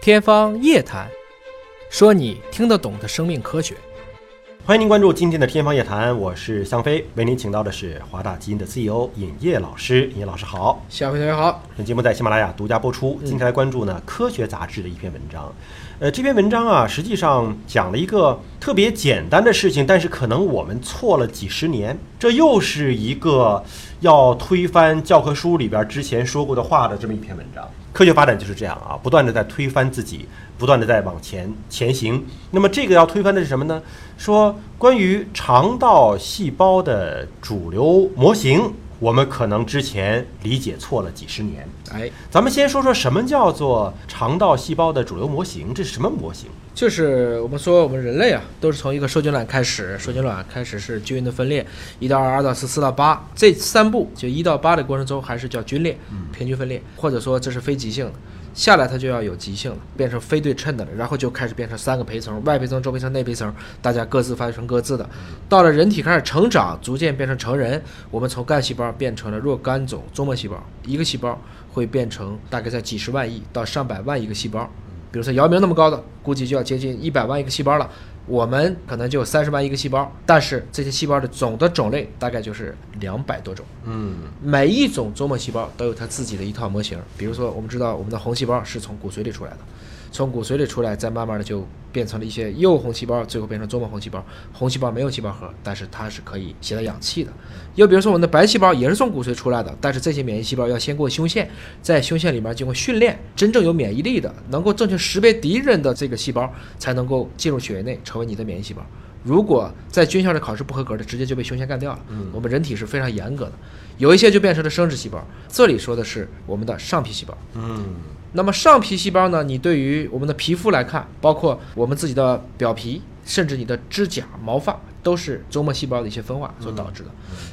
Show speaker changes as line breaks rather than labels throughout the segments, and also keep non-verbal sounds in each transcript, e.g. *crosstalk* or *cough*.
天方夜谭，说你听得懂的生命科学。
欢迎您关注今天的《天方夜谭》，我是向飞，为您请到的是华大基因的 CEO 尹烨老师。尹烨老师好，
小飞同学好，
本节目在喜马拉雅独家播出。今天来关注呢《科学》杂志的一篇文章，呃，这篇文章啊，实际上讲了一个特别简单的事情，但是可能我们错了几十年。这又是一个要推翻教科书里边之前说过的话的这么一篇文章。科学发展就是这样啊，不断的在推翻自己，不断的在往前前行。那么这个要推翻的是什么呢？说关于肠道细胞的主流模型，我们可能之前理解错了几十年。
哎，
咱们先说说什么叫做肠道细胞的主流模型，这是什么模型？
就是我们说我们人类啊，都是从一个受精卵开始，受精卵开始是均匀的分裂，一到二，二到四，四到八，这三步就一到八的过程中还是叫均裂，平均分裂，或者说这是非极性的。下来它就要有极性了，变成非对称的了，然后就开始变成三个胚层，外胚层、周胚层、内胚层，大家各自发育成各自的。到了人体开始成长，逐渐变成成人，我们从干细胞变成了若干种周末细胞，一个细胞会变成大概在几十万亿到上百万亿个细胞。比如说姚明那么高的，估计就要接近一百万一个细胞了。我们可能就有三十万一个细胞，但是这些细胞的总的种类大概就是两百多种。
嗯，
每一种周末细胞都有它自己的一套模型。比如说，我们知道我们的红细胞是从骨髓里出来的，从骨髓里出来，再慢慢的就变成了一些幼红细胞，最后变成周末红细胞。红细胞没有细胞核，但是它是可以携带氧气的。又比如说，我们的白细胞也是从骨髓出来的，但是这些免疫细胞要先过胸腺，在胸腺里面经过训练，真正有免疫力的，能够正确识别敌人的这个细胞，才能够进入血液内，成为你的免疫细胞。如果在军校里考试不合格的，直接就被胸腺干掉了。我们人体是非常严格的，有一些就变成了生殖细胞。这里说的是我们的上皮细胞。
嗯，
那么上皮细胞呢？你对于我们的皮肤来看，包括我们自己的表皮，甚至你的指甲、毛发，都是周末细胞的一些分化所导致的。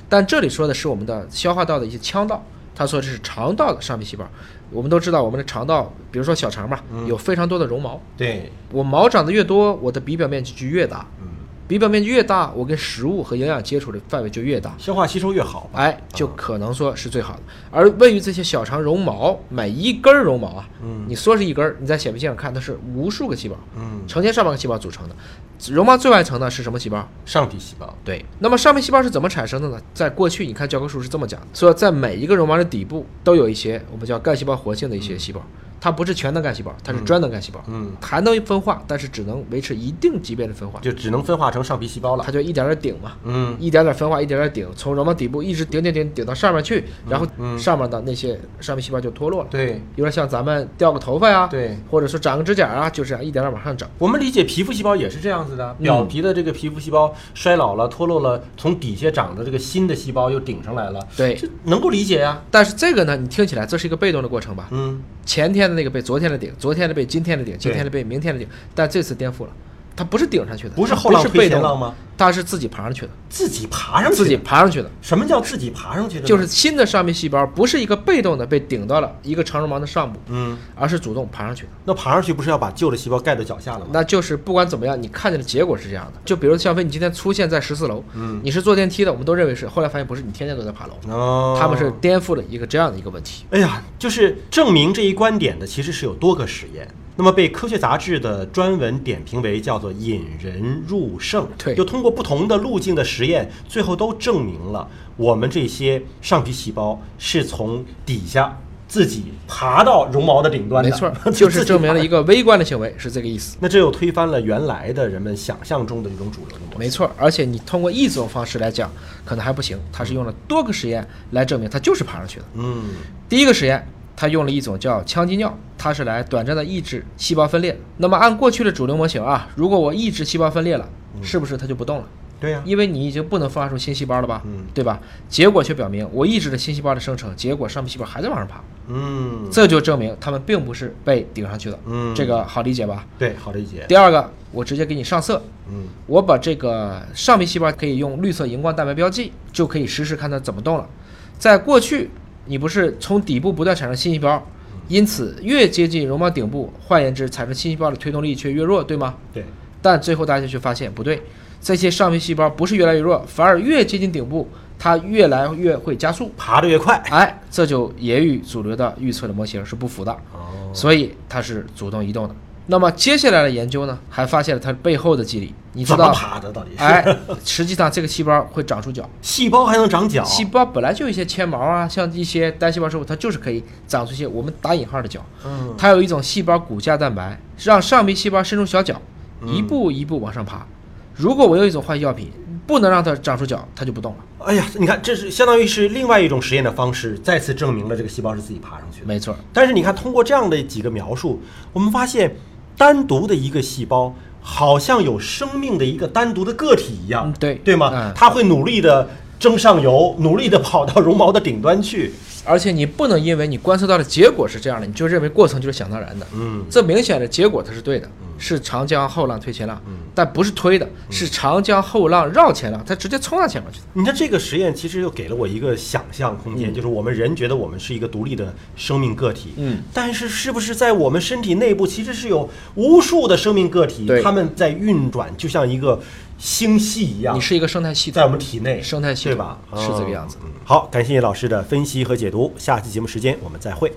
但这里说的是我们的消化道的一些腔道，他说这是肠道的上皮细胞。我们都知道，我们的肠道，比如说小肠吧，有非常多的绒毛。
对，
我毛长得越多，我的鼻表面积就越大。
嗯，
鼻表面积越大，我跟食物和营养接触的范围就越大，
消化吸收越好吧？
哎，就可能说是最好的。而位于这些小肠绒毛，每一根儿绒毛啊，
嗯
你说是一根儿，你在显微镜上看，它是无数个细胞，
嗯，
成千上万个细胞组成的。绒毛最外层呢是什么细胞？
上皮细胞。
对，那么上皮细胞是怎么产生的呢？在过去，你看教科书是这么讲的，说在每一个绒毛的底部都有一些我们叫干细胞活性的一些细胞，它不是全能干细胞，它是专能干细胞，
嗯，
还能分化，但是只能维持一定级别的分化，
就只能分化成上皮细胞了。
它就一点点顶嘛，
嗯
一点点分化，一点点顶，从绒毛底部一直顶顶顶顶到上面去，然后
嗯
上面的那些上皮细胞就脱落了，，
对
有点像咱们掉个头发呀，，
对，
或者说长个指甲啊，就这样一点点往上长。
我们理解皮肤细胞也是这样子的，
嗯
表皮的这个皮肤细胞衰老了、脱落了，从底下长的这个新的细胞又顶上来了，
对，
这能够理解呀、
但是这个呢，你听起来这是一个被动的过程吧？
嗯，
前天的那个被昨天的顶，昨天的被今天的顶，今天的被明天的顶，但这次颠覆了，它不是顶上去的，
不是
它
后浪
不是
推
被
前
动的
浪，吗？
它是自己爬上去的，
自己爬上去的，
自己爬上去的，
什么叫自己爬上去的呢？
就是新的上皮细胞不是一个被动的被顶到了一个长绒毛的上部，
嗯，
而是主动爬上去的。
那爬上去不是要把旧的细胞盖到脚下了吗？
那就是不管怎么样，你看见的结果是这样的。就比如像飞，你今天出现在十四楼，
嗯，
你是坐电梯的，我们都认为是，后来发现不是，你天天都在爬楼。
哦，
他们是颠覆了一个这样的一个问题。
哎呀，就是证明这一观点的其实是有多个实验。那么被《科学》杂志的专文点评为叫做“引人入胜”，
对
就通过不同的路径的实验，最后都证明了我们这些上皮细胞是从底下自己爬到绒毛的顶端的，
没错，
*laughs*
就是证明了一
个。
个微观的行为是这个意思。
那这又推翻了原来的人们想象中的这种主流的模式。
没错，而且你通过一种方式来讲，可能还不行。它是用了多个实验来证明它就是爬上去的。
嗯
第一个实验，它用了一种叫羟基脲，它是来短暂的抑制细胞分裂的。那么按过去的主流模型啊，如果我抑制细胞分裂了，
嗯
是不是它就不动了？
对呀、
因为你已经不能分化出新细胞了吧，
嗯
对吧？结果却表明，我抑制了新细胞的生成，结果上皮细胞还在往上爬，
嗯，
这就证明它们并不是被顶上去的，
嗯
这个好理解吧？
对，好理解。
第二个，我直接给你上色，
嗯
我把这个上皮细胞可以用绿色荧光蛋白标记，就可以实时看它怎么动了。在过去，你不是从底部不断产生新细胞，
嗯
因此越接近绒毛顶部，换言之，产生新细胞的推动力却越弱，对吗？
对，
但最后大家却发现不对，这些上皮细胞不是越来越弱，反而越接近顶部，它越来越会加速。
爬得越快。
哎，这就也与主流的预测的模型是不符的，
哦，
所以它是主动移动的。那么接下来的研究呢，还发现了它背后的机理。你知
怎么
道，
爬的？到底是？
哎，实际上这个细胞会长出脚，
细胞还能长脚？
细胞本来就有一些纤毛啊，像一些单细胞生物，它就是可以长出一些我们打引号的脚。
嗯，
它有一种细胞骨架蛋白，让上皮细胞伸出小脚，一
嗯
步一步往上爬。如果我有一种化学药品，不能让它长出脚，它就不动了。
哎呀，你看，这是相当于是另外一种实验的方式，再次证明了这个细胞是自己爬上去的。
没错儿，
但是你看，通过这样的几个描述，我们发现，单独的一个细胞好像有生命的一个单独的个体一样，
嗯对
对吗
嗯？
它会努力的争上游，努力的跑到绒毛的顶端去。
而且你不能因为你观测到的结果是这样的，你就认为过程就是想当然的。
嗯，
这明显的结果它是对的，是长江后浪推前浪，
嗯
但不是推的，是长江后浪绕前浪，它直接冲到前面去的。
你看这个实验其实又给了我一个想象空间，就是我们人觉得我们是一个独立的生命个体，
嗯，
但是是不是在我们身体内部其实是有无数的生命个体
对，
它们在运转，就像一个星系一样
你，是一个生态系
在我
统，
们体内
生态系
对
统
吧？哦
是这个样子。
嗯好，感谢老师的分析和解读，下期节目时间我们再会。